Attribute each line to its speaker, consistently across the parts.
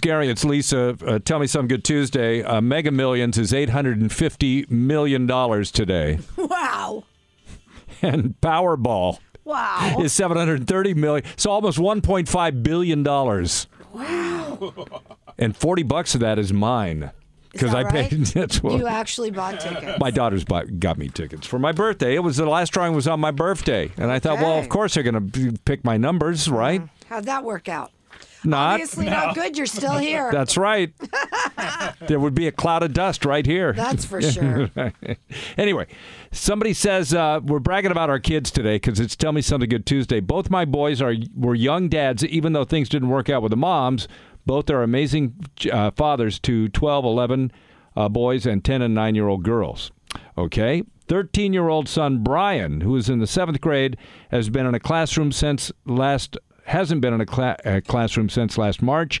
Speaker 1: Gary, it's Lisa. Uh, Tell me some good Tuesday. Uh, Mega Millions is eight hundred and fifty million dollars today,
Speaker 2: Wow.
Speaker 1: and Powerball
Speaker 2: Wow.
Speaker 1: is seven hundred thirty million. So almost one point five billion dollars. Wow! And forty bucks of that is mine because
Speaker 2: that
Speaker 1: I
Speaker 2: right?
Speaker 1: paid. That's what
Speaker 2: You actually bought tickets.
Speaker 1: my daughter's bought, got me tickets for my birthday. It was the last drawing was on my birthday, and I thought, well,
Speaker 2: Okay.
Speaker 1: of course they're going to pick my numbers, right?
Speaker 2: How'd that work out?
Speaker 1: Not.
Speaker 2: Obviously not good. You're still here.
Speaker 1: That's right. there would be a cloud of dust right here.
Speaker 2: That's for sure.
Speaker 1: anyway, somebody says uh, we're bragging about our kids today because it's Tell Me Something Good Tuesday. Both my boys are were young dads, even though things didn't work out with the moms. Both are amazing uh, fathers to 12, 11 uh, boys and 10 and 9 year old girls. Okay. 13 year old son Brian, who is in the seventh grade, has been in a classroom since last, hasn't been in a, cla- a classroom since last March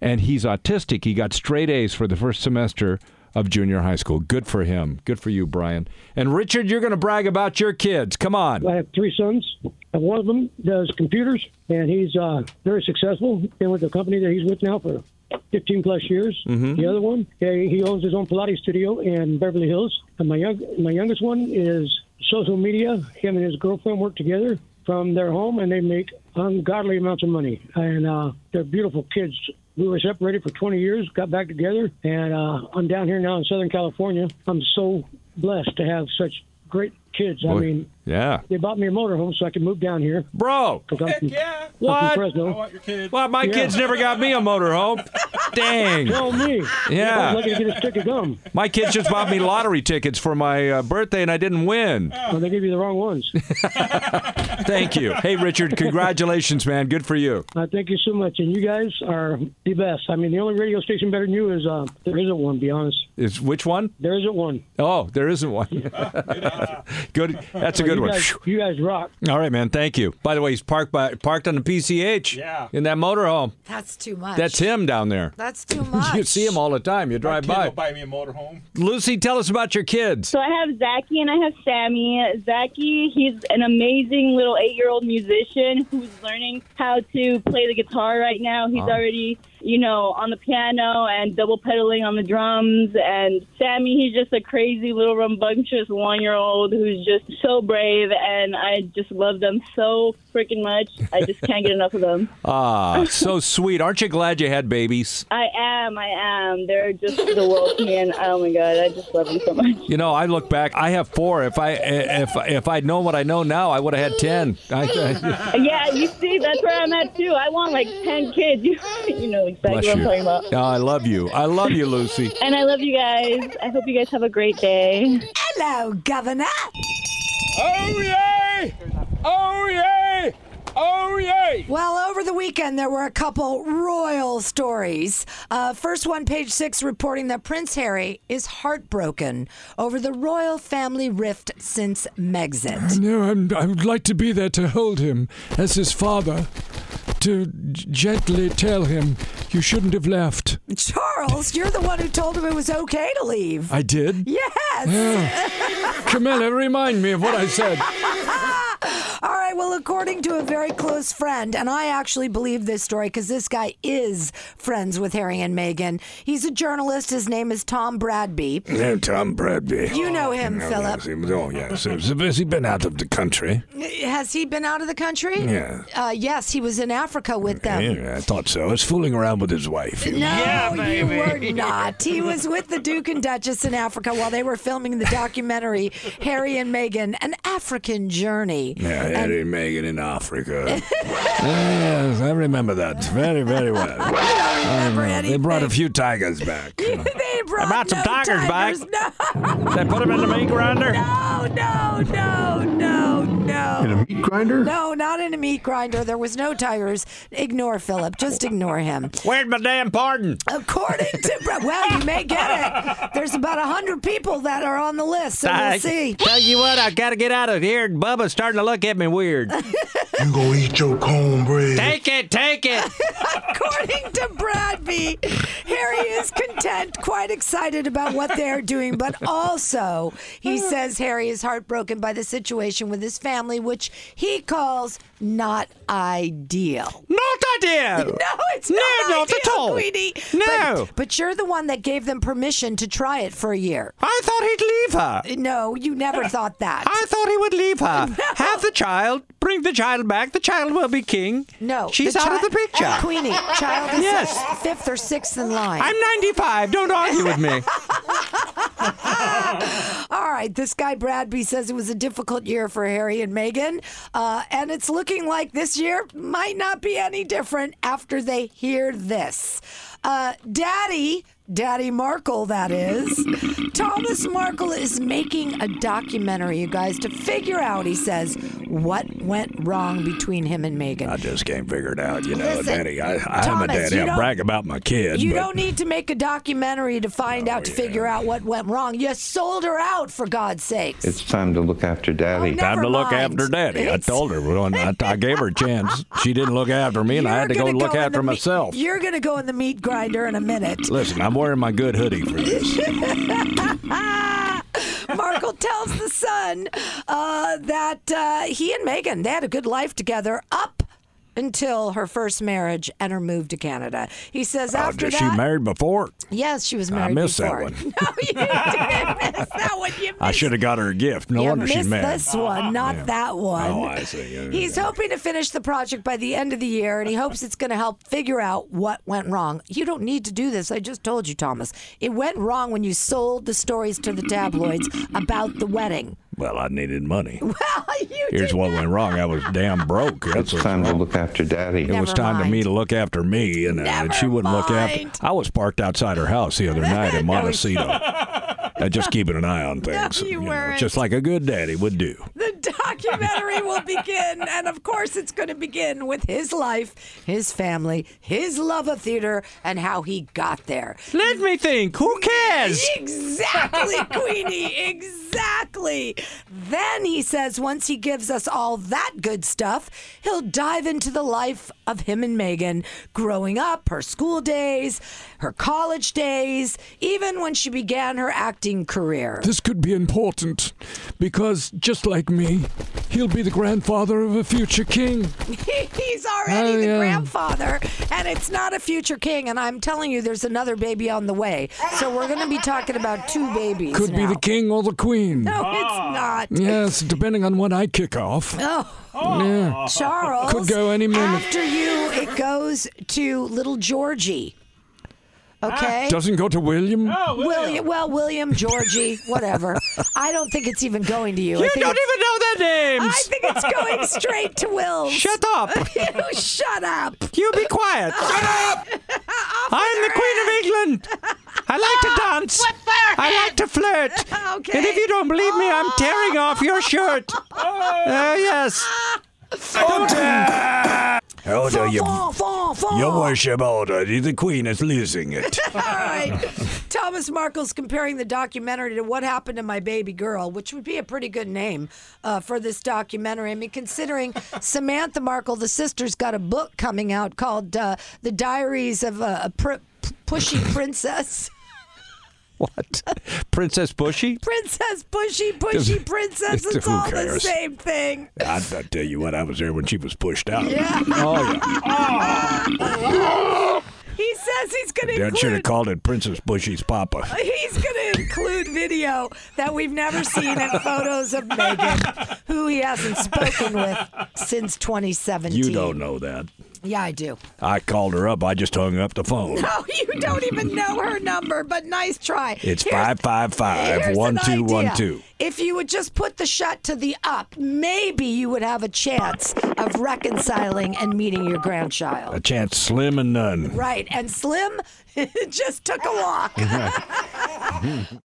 Speaker 1: and he's autistic. He got straight A's for the first semester of junior high school. Good for him. Good for you, Brian. And Richard, you're going to brag about your kids. Come on.
Speaker 3: I have three sons, and one of them does computers, and he's uh, very successful. Been with the company that he's with now for 15 plus years. The other one, he he owns his own Pilates studio in Beverly Hills. And my young, my youngest one is social media. Him and his girlfriend work together from their home, and they make ungodly amounts of money. And uh, they're beautiful kids. We were separated for 20 years, got back together, and uh, I'm down here now in Southern California. I'm so blessed to have such great kids. I
Speaker 1: Boy,
Speaker 3: mean,
Speaker 1: yeah.
Speaker 3: they bought me a motorhome so I could move down here.
Speaker 1: Bro,
Speaker 3: I'm from,
Speaker 4: Yeah.
Speaker 3: I'm from
Speaker 1: What? Oh,
Speaker 4: I
Speaker 3: Fresno.
Speaker 4: want your kid.
Speaker 1: well, my kids never got me a motorhome. Dang.
Speaker 3: Oh, me. I was
Speaker 1: Yeah.
Speaker 3: lucky to get a stick of gum.
Speaker 1: My kids just bought me lottery tickets for my uh, birthday and I didn't win.
Speaker 3: Well, they gave you the wrong ones.
Speaker 1: Thank you. Hey, Richard, congratulations, man. Good for you.
Speaker 3: Uh, thank you so much. And you guys are the best. I mean, the only radio station better than you is uh, there isn't one, be honest.
Speaker 1: Is which one?
Speaker 3: There isn't one.
Speaker 1: Oh, there isn't one. good. That's a good
Speaker 3: you,
Speaker 1: one.
Speaker 3: guys, you guys rock.
Speaker 1: All right, man. Thank you. By the way, he's parked by parked on the PCH.
Speaker 4: Yeah.
Speaker 1: In that motorhome.
Speaker 2: That's too much.
Speaker 1: That's him down there.
Speaker 2: That's too much.
Speaker 1: You see him all the time. You
Speaker 4: My
Speaker 1: drive
Speaker 4: kid
Speaker 1: by.
Speaker 4: will buy me a motorhome.
Speaker 1: Lucy, tell us about your kids.
Speaker 5: So I have Zachy and I have Sammy. Zachy, he's an amazing little eight year old musician who's learning how to play the guitar right now. He's already, you know, on the piano and double pedaling on the drums. And Sammy, he's just a crazy little rambunctious one year old who's just so brave. And I just love them so freaking much. I just can't get enough of them.
Speaker 1: Ah, so sweet. Aren't you glad you had babies?
Speaker 5: I am, I am. They're just the world to me. And oh my God, I just love them so much.
Speaker 1: You know, I look back. I have four. If I if if I'd known what I know now, I would have had ten. I,
Speaker 5: Yeah, you see, that's where I'm at too. I want like 10 kids. You, you know exactly
Speaker 1: bless
Speaker 5: what I'm
Speaker 1: you.
Speaker 5: talking about.
Speaker 1: Oh, I love you. I love you, Lucy.
Speaker 5: And I love you guys. I hope you guys have a great day.
Speaker 2: Hello, Governor.
Speaker 4: Oh yay! Oh yay! Oh yay!
Speaker 2: Well, over the weekend, there were a couple royal stories. Uh, first one, page six, reporting that Prince Harry is heartbroken over the royal family rift since Megxit.
Speaker 6: No, I'm, I would like to be there to hold him as his father, to g- gently tell him, you shouldn't have left.
Speaker 2: Charles, you're the one who told him it was okay to leave.
Speaker 6: I did?
Speaker 2: Yes.
Speaker 6: Camilla, remind me of what I said.
Speaker 2: All right. Well, according to a very close friend, and I actually believe this story because this guy is friends with Harry and Meghan. He's a journalist. His name is Tom Bradby.
Speaker 7: No, Tom Bradby. Oh,
Speaker 2: You know him, Philip.
Speaker 7: Yes, he was, oh, yes. Has he been out of the country?
Speaker 2: Has he been out of the country?
Speaker 7: Yeah.
Speaker 2: Uh, yes, he was in Africa with them.
Speaker 7: Yeah, I thought so. I was fooling around with his wife.
Speaker 2: No, you were not. He was with the Duke and Duchess in Africa while they were filming the documentary Harry and Meghan, An African Journey.
Speaker 7: Yeah, Harry and Meghan in Africa. yes, I remember that very, very well.
Speaker 2: I don't remember
Speaker 7: They
Speaker 2: anything.
Speaker 7: brought a few tigers back.
Speaker 2: They brought,
Speaker 1: brought some
Speaker 2: no
Speaker 1: tigers back.
Speaker 2: back. No.
Speaker 1: They put him in the meat grinder.
Speaker 2: No, no, no, no, no.
Speaker 7: meat grinder?
Speaker 2: No, not in a meat grinder. There was no tigers. Ignore Philip. Just ignore him.
Speaker 1: Where's my damn pardon?
Speaker 2: According to Bra- well, you may get it. There's about hundred people that are on the list, so
Speaker 1: I
Speaker 2: we'll see.
Speaker 1: Tell you what, I gotta get out of here. Bubba's starting to look at me weird.
Speaker 8: You gonna eat your cornbread.
Speaker 1: take it, take it.
Speaker 2: According to Bradby, Harry is content, quite excited about what they're doing, but also he
Speaker 1: Uh-huh.
Speaker 2: says Harry is heartbroken by the situation with his family, which he calls not ideal.
Speaker 1: Not ideal.
Speaker 2: No, it's
Speaker 1: No,
Speaker 2: not,
Speaker 1: not at
Speaker 2: ideal,
Speaker 1: all.
Speaker 2: Queenie.
Speaker 1: No.
Speaker 2: But, but you're the one that gave them permission to try it for a year.
Speaker 1: I thought he'd leave her.
Speaker 2: No, you never thought that.
Speaker 1: I thought he would leave her. Have the child. Bring the child back. The child will be king.
Speaker 2: No.
Speaker 1: She's
Speaker 2: the
Speaker 1: out of
Speaker 2: chi-
Speaker 1: the picture.
Speaker 2: Queenie, child is
Speaker 1: Yes.
Speaker 2: fifth or sixth in line.
Speaker 1: I'm 95. Don't argue with me.
Speaker 2: All right, this guy Bradby says it was a difficult year for Harry and Meghan, uh, and it's looking like this year might not be any different after they hear this. Uh, Daddy, Daddy Markle, that is. Thomas Markle is making a documentary, you guys, to figure out, he says, what went wrong between him and
Speaker 7: I
Speaker 2: Meghan.
Speaker 7: just can't figure it out, you know,
Speaker 2: Listen,
Speaker 7: Daddy. I, I'm a
Speaker 2: Thomas,
Speaker 7: daddy.
Speaker 2: you
Speaker 7: I
Speaker 2: don't-
Speaker 7: brag about my kids.
Speaker 2: You
Speaker 7: but
Speaker 2: don't need to make a documentary to find
Speaker 7: Oh,
Speaker 2: out, to figure out what went wrong. You sold her out, for God's sakes.
Speaker 8: It's time to look after daddy.
Speaker 2: Oh, no.
Speaker 7: Time to
Speaker 2: Never
Speaker 7: look
Speaker 2: mind.
Speaker 7: after daddy. I
Speaker 2: It's-
Speaker 7: told her when I, I gave her a chance. She didn't look after me, and I
Speaker 2: You're
Speaker 7: had to go
Speaker 2: gonna
Speaker 7: look
Speaker 2: in
Speaker 7: after
Speaker 2: the meat-
Speaker 7: myself.
Speaker 2: you're going to go in the meat grinder in a minute.
Speaker 7: Listen, I'm wearing my good hoodie for this.
Speaker 2: Ah! Markle tells the son uh, that uh, he and Megan they had a good life together up until her first marriage and her move to Canada. He says
Speaker 7: Oh,
Speaker 2: after
Speaker 7: was
Speaker 2: that,
Speaker 7: she married before?
Speaker 2: yes, she was married.
Speaker 7: missed that
Speaker 2: before.
Speaker 7: one.
Speaker 2: No, you did miss that one. You
Speaker 7: I
Speaker 2: missed
Speaker 7: should have got her a gift. No
Speaker 2: you
Speaker 7: wonder she's
Speaker 2: missed
Speaker 7: mad. Ah,
Speaker 2: this one, not that one.
Speaker 7: Oh, I see. Yeah,
Speaker 2: He's
Speaker 7: yeah.
Speaker 2: hoping to finish the project by the end of the year, and he hopes it's going to help figure out what went wrong. You don't need to do this. I just told you, Thomas. It went wrong when you sold the stories to the tabloids about the wedding.
Speaker 7: Well, I needed money.
Speaker 2: Well, you
Speaker 7: Here's
Speaker 2: did
Speaker 7: what went wrong. I was damn broke. That's
Speaker 8: It's
Speaker 7: what's
Speaker 8: time to
Speaker 7: wrong.
Speaker 8: look after daddy.
Speaker 7: It was time to
Speaker 2: mind.
Speaker 7: me to look after me, and, uh, and she
Speaker 2: Never
Speaker 7: wouldn't look
Speaker 2: mind.
Speaker 7: after. I was parked outside her house the other night in Montecito, uh, just keeping an eye on things.
Speaker 2: you weren't.
Speaker 7: just like a good daddy would do.
Speaker 2: The documentary will begin, and of course, it's going to begin with his life, his family, his love of theater, and how he got there.
Speaker 1: Let me think. Who cares?
Speaker 2: Exactly, Queenie. Exactly. Then he says once he gives us all that good stuff, he'll dive into the life of him and Megan growing up, her school days, her college days, even when she began her acting career.
Speaker 6: This could be important because, just like me, he'll be the grandfather of a future king.
Speaker 2: He's already
Speaker 6: Oh,
Speaker 2: the
Speaker 6: yeah.
Speaker 2: grandfather, and it's not a future king. And I'm telling you, there's another baby on the way. So we're going to be talking about two babies.
Speaker 6: Could be
Speaker 2: now.
Speaker 6: the king Ah. or the queen.
Speaker 2: No, it's not.
Speaker 6: Yes, depending on when I kick off.
Speaker 2: Oh.
Speaker 6: Yeah.
Speaker 2: Charles.
Speaker 6: Could go any minute.
Speaker 2: After you, it goes to little Georgie. Okay.
Speaker 6: Doesn't Ah, go to William.
Speaker 2: William, well, William, Georgie, whatever. I don't think it's even going to you. I
Speaker 1: You
Speaker 2: think
Speaker 1: don't
Speaker 2: it's-
Speaker 1: even know their names.
Speaker 2: I think it's going straight to Will.
Speaker 1: Shut up.
Speaker 2: you shut up.
Speaker 1: You be quiet. Shut up. I'm the Queen of England. I like to dance. I like to flirt.
Speaker 2: Ah, Okay. Ah.
Speaker 1: And if you don't believe me, I'm tearing off your shirt. Oh, yes.
Speaker 7: Elder,
Speaker 2: Fawn,
Speaker 7: you,
Speaker 2: fawn, fawn, fawn.
Speaker 7: Oh, your worship, Elder, the queen is losing it.
Speaker 2: All right. Thomas Markle's comparing the documentary to What Happened to My Baby Girl, which would be a pretty good name uh, for this documentary. I mean, considering Samantha Markle, the sister's got a book coming out called uh, The Diaries of a, a Pr- P- Pushy Princess.
Speaker 1: What? Princess Bushy?
Speaker 2: Princess, pushy, pushy princess. It's
Speaker 7: Who
Speaker 2: all the
Speaker 7: cares?
Speaker 2: same thing.
Speaker 7: I, I tell you what, I was there when she was pushed out.
Speaker 1: Oh, yeah.
Speaker 2: He says he's going to
Speaker 7: Dad should have
Speaker 2: include.
Speaker 7: called it Princess Bushy's Papa.
Speaker 2: He's going to include video that we've never seen and photos of Megan, who he hasn't spoken with since 2017.
Speaker 7: You don't know that.
Speaker 2: Yeah, I do.
Speaker 7: I called her up. I just hung up the phone.
Speaker 2: Oh, you don't even know her number, but nice try.
Speaker 7: It's
Speaker 2: Here's-
Speaker 7: five five five
Speaker 2: here's
Speaker 7: one
Speaker 2: an
Speaker 7: two one
Speaker 2: idea.
Speaker 7: two.
Speaker 2: If you would just put the shut to the up, maybe you would have a chance of reconciling and meeting your grandchild.
Speaker 7: A chance slim and none.
Speaker 2: Right. And Slim just took a walk.